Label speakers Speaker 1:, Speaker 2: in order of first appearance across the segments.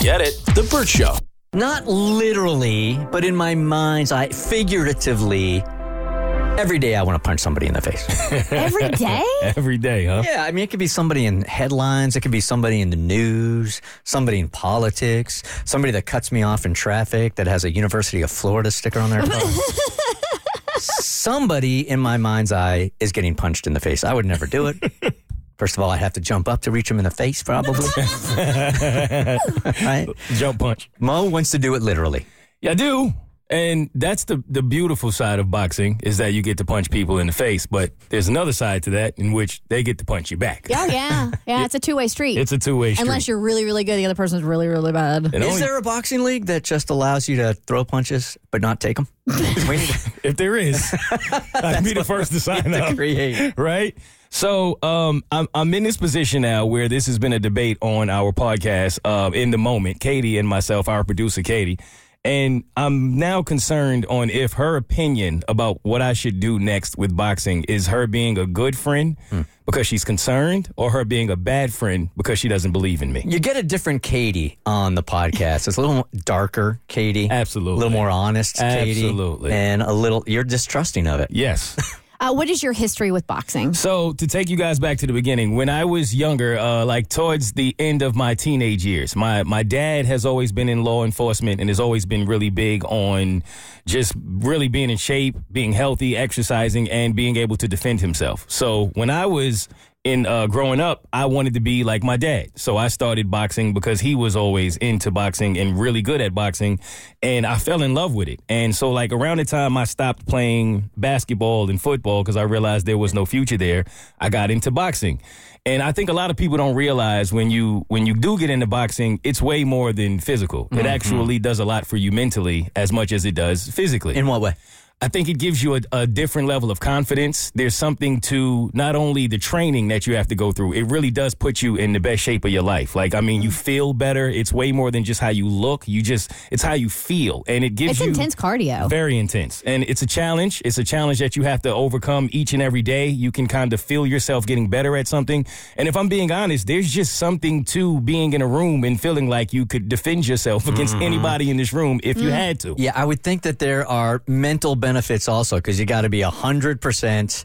Speaker 1: Get it? The Burt Show.
Speaker 2: Not literally, but in my mind's eye, figuratively, every day I want to punch somebody in the face.
Speaker 3: Every day?
Speaker 4: Every day, huh?
Speaker 2: Yeah, I mean, it could be somebody in headlines, it could be somebody in the news, somebody in politics, somebody that cuts me off in traffic that has a University of Florida sticker on their car. somebody in my mind's eye is getting punched in the face. I would never do it. First of all, I'd have to jump up to reach him in the face, probably. right?
Speaker 4: Jump punch.
Speaker 2: Mo wants to do it literally.
Speaker 4: Yeah, I do. And that's the the beautiful side of boxing is that you get to punch people in the face, but there's another side to that in which they get to punch you back.
Speaker 3: Oh, yeah. Yeah, it's a two way street.
Speaker 4: It's a two way street.
Speaker 3: Unless you're really, really good, the other person's really, really bad.
Speaker 4: And
Speaker 2: Is
Speaker 4: only-
Speaker 2: there a boxing league that just allows you to throw punches but not take them? we need to
Speaker 4: if there is, I'd be the first to sign up.
Speaker 2: create.
Speaker 4: right? So um, I'm, I'm in this position now where this has been a debate on our podcast uh, in the moment, Katie and myself, our producer, Katie. And I'm now concerned on if her opinion about what I should do next with boxing is her being a good friend because she's concerned or her being a bad friend because she doesn't believe in me.
Speaker 2: You get a different Katie on the podcast. It's a little darker, Katie.
Speaker 4: Absolutely.
Speaker 2: A little more honest, Katie.
Speaker 4: Absolutely.
Speaker 2: And a little, you're distrusting of it.
Speaker 4: Yes.
Speaker 3: Uh, what is your history with boxing?
Speaker 4: So to take you guys back to the beginning, when I was younger, uh, like towards the end of my teenage years, my my dad has always been in law enforcement and has always been really big on just really being in shape, being healthy, exercising, and being able to defend himself. So when I was in uh, growing up, I wanted to be like my dad. So I started boxing because he was always into boxing and really good at boxing. And I fell in love with it. And so, like, around the time I stopped playing basketball and football because I realized there was no future there, I got into boxing. And I think a lot of people don't realize when you when you do get into boxing, it's way more than physical. It actually does a lot for you mentally as much as it does physically.
Speaker 2: In what way?
Speaker 4: I think it gives you a, a different level of confidence. There's something to not only the training that you have to go through, it really does put you in the best shape of your life. Like, I
Speaker 3: Mm.
Speaker 4: mean, you feel better. It's way more than just how you look. You just, it's how you feel. And it gives
Speaker 3: It's
Speaker 4: you.
Speaker 3: intense cardio.
Speaker 4: Very intense. And it's a challenge. It's a challenge that you have to overcome each and every day. You can kind of feel yourself getting better at something. And if I'm being honest, there's just something to being in a room and feeling like you could defend yourself against
Speaker 3: Mm-hmm.
Speaker 4: anybody in this room if you
Speaker 3: Mm.
Speaker 4: had to.
Speaker 2: Yeah, I would think that there are mental benefits also because you got to be 100%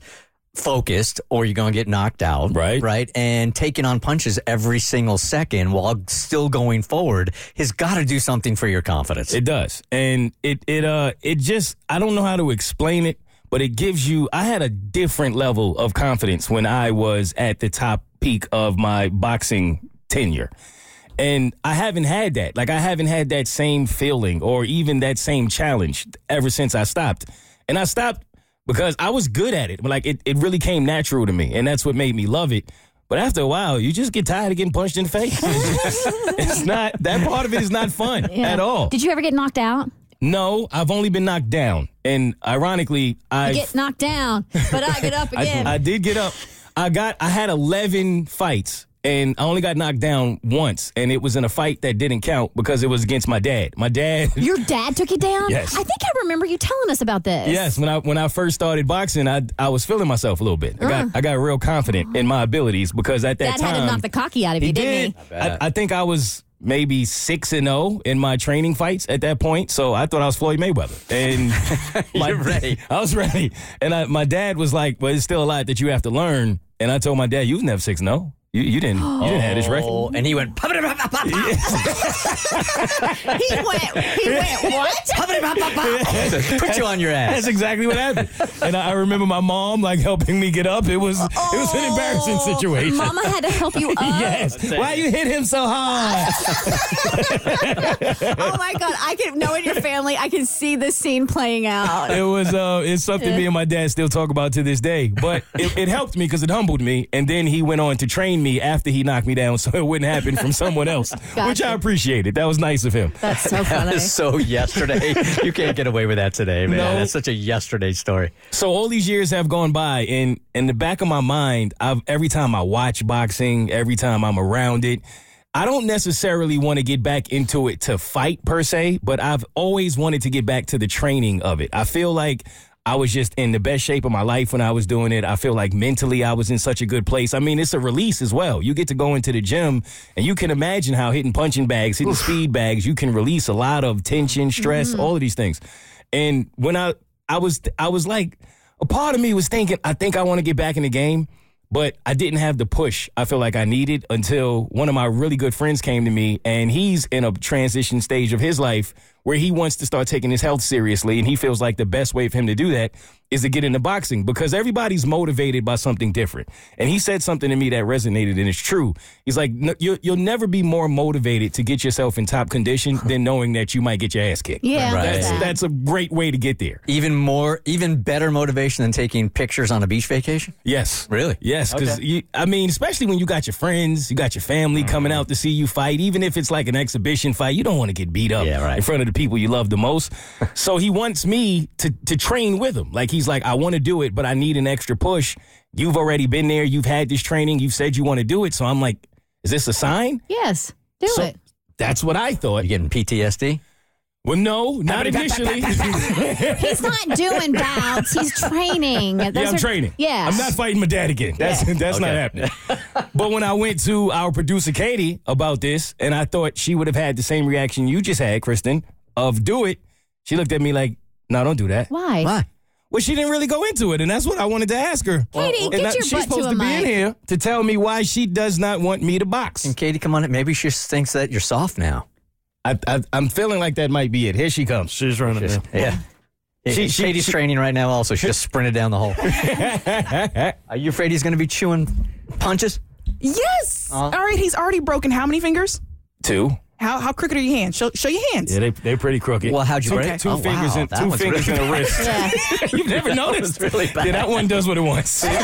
Speaker 2: focused or you're going to get knocked out.
Speaker 4: Right.
Speaker 2: Right. And taking on punches every single second while still going forward has got to do something for your confidence.
Speaker 4: It does, and it it uh it just I don't know how to explain it, but it gives you. I had a different level of confidence when I was at the top peak of my boxing tenure. And I haven't had that. Like I haven't had that same feeling or even that same challenge ever since I stopped. And I stopped because I was good at it. Like it, it really came natural to me. And that's what made me love it. But after a while, you just get tired of getting punched in the face. it's not that part of it is not fun at all.
Speaker 3: Did you ever get knocked out?
Speaker 4: No, I've only been knocked down. And ironically, I
Speaker 3: I get knocked down, but I get up
Speaker 4: I,
Speaker 3: again.
Speaker 4: I did get up. I got I had 11 fights and I only got knocked down once and it was in a fight that didn't count because it was against my dad. My dad
Speaker 3: Your dad took you down?
Speaker 4: Yes.
Speaker 3: I think I remember you telling us about this.
Speaker 4: Yes, when I when I first started boxing, I I was feeling myself a little bit. I got I got real confident in my abilities because at that
Speaker 3: Uh. Dad
Speaker 4: time
Speaker 3: had to knock the cocky out of
Speaker 4: He
Speaker 3: you, didn't
Speaker 4: did.
Speaker 3: he?
Speaker 4: I, I think I was maybe six and zero in my training fights at that point, so I thought I was Floyd Mayweather. And my,
Speaker 2: You're ready.
Speaker 4: I was ready. And I, my dad was like, "Well, it's still a lot that you have to learn." And I told my dad, "You was never six and zero. You, you didn't. You didn't have this record."
Speaker 2: Oh, and he went, "Pop it, pop, pop, pop, pop."
Speaker 3: He went, he went, what?
Speaker 2: put you on your ass.
Speaker 4: That's exactly what happened. and I, I remember my mom like helping me get up. It was it was an embarrassing
Speaker 3: Oh,
Speaker 4: situation.
Speaker 3: Mama had to help you up.
Speaker 4: Yes. Why you hit him so hard?
Speaker 3: Oh my God. I can, knowing your family, I can see this scene playing out.
Speaker 4: it was uh it's something me and my dad still talk about to this day but it, it helped me because it humbled me and then he went on to train me after he knocked me down so it wouldn't happen from someone else which i appreciated that was nice of him
Speaker 3: That's so
Speaker 2: That
Speaker 3: funny.
Speaker 2: is so yesterday. you can't get away with that today, man.
Speaker 4: No.
Speaker 2: That's such a yesterday story.
Speaker 4: so all these years have gone by and in the back of my mind i've every time i watch boxing every time i'm around it I don't necessarily want to get back into it to fight per se, but I've always wanted to get back to the training of it. I feel like I was just in the best shape of my life when I was doing it. I feel like mentally I was in such a good place. I mean, it's a release as well. You get to go into the gym and you can imagine how hitting punching bags, hitting speed bags, you can release a lot of tension, stress, all of these things. And when I I was I was like a part of me was thinking I think I want to get back in the game, but I didn't have the push I feel like I needed until one of my really good friends came to me and he's in a transition stage of his life where he wants to start taking his health seriously and he feels like the best way for him to do that is to get into boxing because everybody's motivated by something different. And he said something to me that resonated and it's true. He's like "No- you'll, you'll never be more motivated to get yourself in top condition than knowing that you might get your ass kicked.
Speaker 3: Yeah, I love
Speaker 4: That's,
Speaker 3: that.
Speaker 4: that's a great way to get there.
Speaker 2: Even more, even better motivation than taking pictures on a beach vacation?
Speaker 4: Yes.
Speaker 2: Really?
Speaker 4: Yes, because
Speaker 2: Okay.
Speaker 4: I mean, especially when you got your friends, you got your family coming out to see you fight, even if it's like an exhibition fight, you don't want to get beat up
Speaker 2: Yeah, right.
Speaker 4: in front of the people you love the most. so he wants me to to train with him. Like he's like, I want to do it, but I need an extra push. You've already been there. You've had this training. You've said you want to do it. So I'm like, is this a sign?
Speaker 3: Yes, do
Speaker 4: So-
Speaker 3: it.
Speaker 4: That's what I thought.
Speaker 2: You getting PTSD?
Speaker 4: Well, no, not initially.
Speaker 3: He's not doing bouts. He's training.
Speaker 4: Yeah,
Speaker 3: Those
Speaker 4: I'm
Speaker 3: are-
Speaker 4: training.
Speaker 3: Yeah.
Speaker 4: I'm not fighting my dad again. That's that's not happening. but when I went to our producer Katie about this, and I thought she would have had the same reaction you just had, Kristen, of do it, she looked at me like, no, don't do that.
Speaker 3: Why?
Speaker 2: Why?
Speaker 4: Well, she didn't really go into it, and that's what I wanted to ask her.
Speaker 3: Katie,
Speaker 4: and
Speaker 3: get
Speaker 4: I-
Speaker 3: your
Speaker 4: she's
Speaker 3: butt to
Speaker 4: supposed
Speaker 3: a
Speaker 4: to be in
Speaker 3: mic.
Speaker 4: here to tell me why she does not want me to box.
Speaker 2: And Katie, come on. in. Maybe she just thinks that you're soft now.
Speaker 4: I, I, I'm feeling like that might be it. Here she comes.
Speaker 1: She's running now.
Speaker 2: Yeah.
Speaker 4: She-
Speaker 2: She,
Speaker 4: she-
Speaker 2: Katie's
Speaker 4: she-
Speaker 2: training right now also. She just sprinted down the hole. Are you afraid he's going to be chewing punches?
Speaker 5: Yes. All right. He's already broken how many fingers?
Speaker 4: Two.
Speaker 5: How how crooked are your hands? Show, show your hands.
Speaker 4: Yeah, they they're pretty crooked.
Speaker 2: Well, how'd you
Speaker 4: Two-
Speaker 2: break?
Speaker 4: Two
Speaker 2: Oh,
Speaker 4: fingers
Speaker 2: wow,
Speaker 4: and
Speaker 2: that
Speaker 4: two
Speaker 2: one's
Speaker 4: fingers
Speaker 2: really
Speaker 4: and a wrist.
Speaker 3: Yeah.
Speaker 4: You've never noticed. really bad. Yeah, that one does what it wants. I've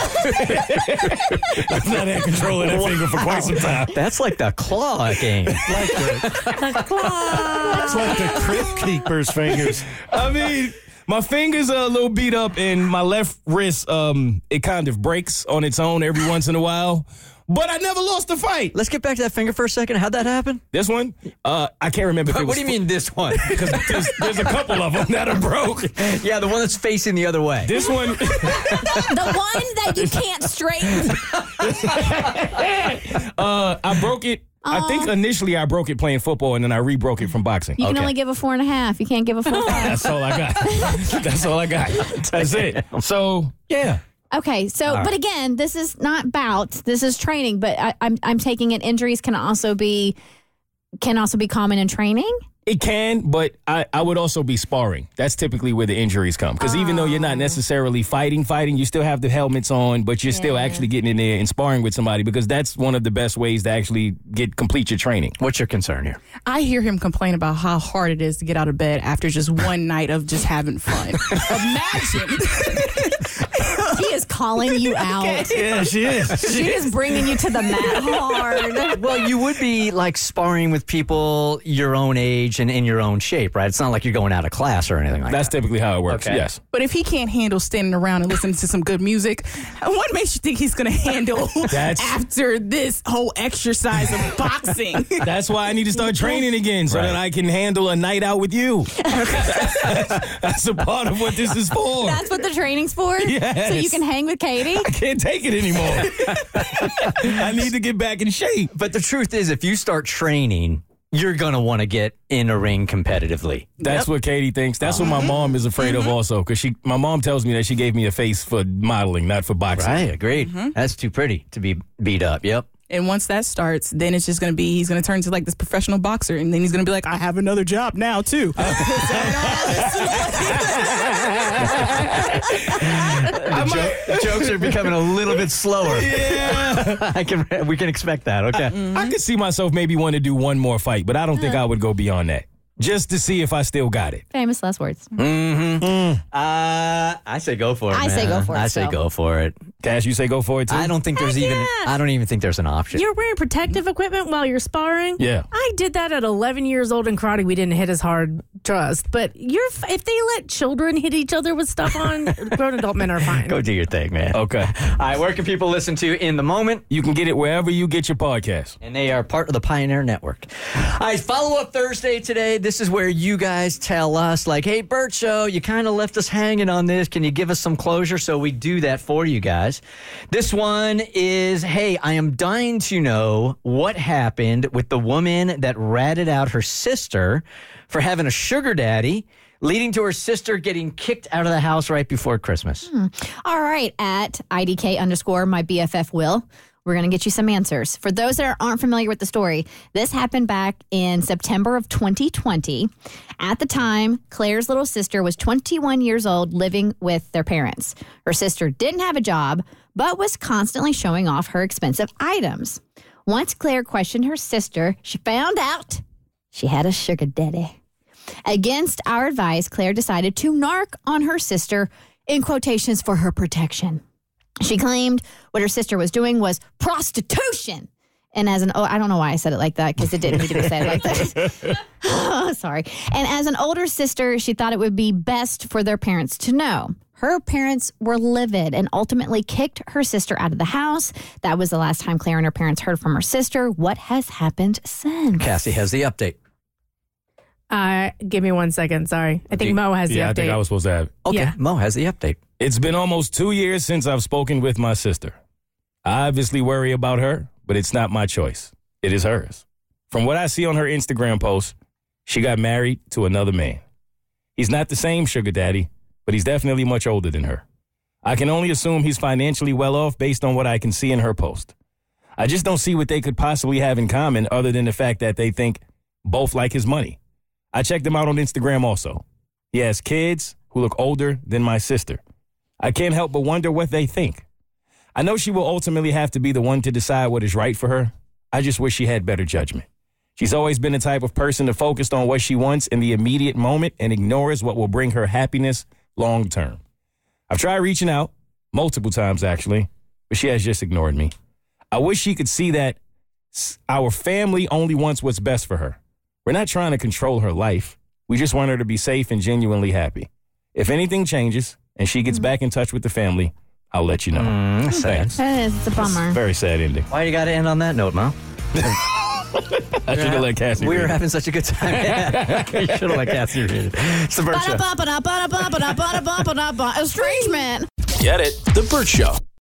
Speaker 4: not had control of that finger for quite some time.
Speaker 2: That's like the claw game.
Speaker 1: Like the, it's like the crypt keeper's fingers.
Speaker 4: I mean, my fingers are a little beat up, and my left wrist, um, it kind of breaks on its own every once in a while. But I never lost a fight.
Speaker 2: Let's get back to that finger for a second. How'd that happen?
Speaker 4: This one, uh, I can't remember. If it
Speaker 2: What
Speaker 4: was
Speaker 2: do you mean this one?
Speaker 4: Because there's, there's a couple of them that are broke.
Speaker 2: yeah, the one that's facing the other way.
Speaker 4: This one.
Speaker 3: the one that you can't straighten.
Speaker 4: Uh, I broke it. I think initially I broke it playing football, and then I re-broke it from boxing.
Speaker 3: You can
Speaker 2: Okay.
Speaker 3: only give a four and a half. You can't give a full five.
Speaker 4: That's all I got. That's all I got. That's it. So yeah,
Speaker 3: Okay, so but again, this is not bout. This is training. But I, I'm I'm taking it. Injuries can also be can also be common in training.
Speaker 4: it can, but I, I would also be sparring. That's typically where the injuries come because even though
Speaker 3: Oh.
Speaker 4: you're not necessarily fighting, fighting, you still have the helmets on, but you're still actually getting in there and sparring with somebody because that's one of the best ways to actually get complete your training.
Speaker 2: What's your concern here?
Speaker 5: I hear him complain about how hard it is to get out of bed after just one night of just having fun. Imagine.
Speaker 3: He is calling you out.
Speaker 1: Yeah, she is.
Speaker 3: She is bringing you to the mat hard.
Speaker 2: Well, you would be like sparring with people your own age and in your own shape, right? It's not like you're going out of class or anything like
Speaker 4: That's
Speaker 2: that.
Speaker 4: typically how it works.
Speaker 2: Okay.
Speaker 4: Yes.
Speaker 5: But if he can't handle standing around and listening to some good music, what makes you think he's going to handle
Speaker 4: That's-
Speaker 5: after this whole exercise of boxing?
Speaker 4: That's why I need to start training again so
Speaker 2: Right.
Speaker 4: that I can handle a night out with you. that's a part of what this is for.
Speaker 3: That's what the training's for. So you
Speaker 4: Yes.
Speaker 3: can hang with Katie.
Speaker 4: can't take it anymore. I need to get back in shape.
Speaker 2: But the truth is, if you start training, you're going to want to get in a ring competitively.
Speaker 4: That's what Katie thinks. That's what my mom is afraid of also cuz she my mom tells me that she gave me a face for modeling, not for boxing.
Speaker 2: Right, agreed.
Speaker 3: Mm-hmm.
Speaker 2: That's too pretty to be beat up. Yep.
Speaker 5: and once that starts, then it's just going to be he's going to turn to like this professional boxer, and then he's going to be like, I have another job now too.
Speaker 4: Oh.
Speaker 2: The, jo- the jokes are becoming a little bit slower.
Speaker 4: Yeah.
Speaker 2: I can, we can expect that. Okay.
Speaker 3: Uh, mm.
Speaker 4: I could see myself maybe wanting to do one more fight, but I don't think I would go beyond that. Just to see if I still got it.
Speaker 3: Famous last words.
Speaker 2: Uh, I say go for it.
Speaker 3: I say
Speaker 2: man.
Speaker 3: go for it,
Speaker 2: I say
Speaker 3: so.
Speaker 2: go for it.
Speaker 4: Cash, you say go for it too?
Speaker 2: I don't think there's even. I don't even think there's an option.
Speaker 6: You're wearing protective equipment while you're sparring.
Speaker 4: Yeah.
Speaker 6: I did that at 11 years old in karate. We didn't hit as hard, trust. But you're f- if they let children hit each other with stuff on, grown adult men are fine.
Speaker 2: go do your thing, man.
Speaker 4: Okay.
Speaker 2: All right. Where can people listen to in the moment?
Speaker 4: You can get it wherever you get your podcast.
Speaker 2: And they are part of the Pioneer Network. All right. Follow up Thursday today. this is where you guys tell us, like, hey, Bert Show, you kind of left us hanging on this. Can you give us some closure? So we do that for you guys. This one is, hey, I am dying to know what happened with the woman that ratted out her sister for having a sugar daddy, leading to her sister getting kicked out of the house right before Christmas.
Speaker 3: All right, at IDK underscore my BFF will. We're going to get you some answers. For those that aren't familiar with the story, this happened back in September of 2020. At the time, Claire's little sister was 21 years old living with their parents. Her sister didn't have a job, but was constantly showing off her expensive items. Once Claire questioned her sister, she found out she had a sugar daddy. Against our advice, Claire decided to narc on her sister in quotations for her protection. She claimed what her sister was doing was prostitution. And as an, oh, I don't know why I said it like that because it didn't need to be said like that. Sorry. And as an older sister, she thought it would be best for their parents to know. Her parents were livid and ultimately kicked her sister out of the house. That was the last time Claire and her parents heard from her sister. What has happened since?
Speaker 2: Cassie has the update.
Speaker 6: Uh, give me one second. Sorry. I think Mo has the
Speaker 4: yeah, I
Speaker 6: update.
Speaker 4: think I was supposed to have.
Speaker 2: Okay,
Speaker 6: Yeah.
Speaker 2: Mo has the update.
Speaker 4: It's been almost two years since I've spoken with my sister. I obviously worry about her, but it's not my choice. It is hers. From what I see on her Instagram post, she got married to another man. He's not the same sugar daddy, but he's definitely much older than her. I can only assume he's financially well off based on what I can see in her post. I just don't see what they could possibly have in common other than the fact that they think both like his money. I checked him out on Instagram also. He has kids who look older than my sister. I can't help but wonder what they think. I know she will ultimately have to be the one to decide what is right for her. I just wish she had better judgment. She's always been the type of person to focus on what she wants in the immediate moment and ignores what will bring her happiness long term. I've tried reaching out multiple times actually, but she has just ignored me. I wish she could see that s- our family only wants what's best for her. We're not trying to control her life. We just want her to be safe and genuinely happy. If anything changes and she gets back in touch with the family, I'll let you know.
Speaker 2: Mm-hmm. Mm, that's sad.
Speaker 4: Thanks.
Speaker 3: That is, it's a bummer.
Speaker 4: Very sad ending.
Speaker 2: Why you got to end on that note, Mo?
Speaker 4: I should have let Cassie.
Speaker 2: We
Speaker 4: read
Speaker 2: were
Speaker 4: it.
Speaker 2: having such a good time. you should have let Cassie read it. It's the Bert Show.
Speaker 3: Ba-da-ba-ba-da-ba-da-ba-da-ba-da-ba-da-ba. Estrangement.
Speaker 7: Get it? The Burt Show.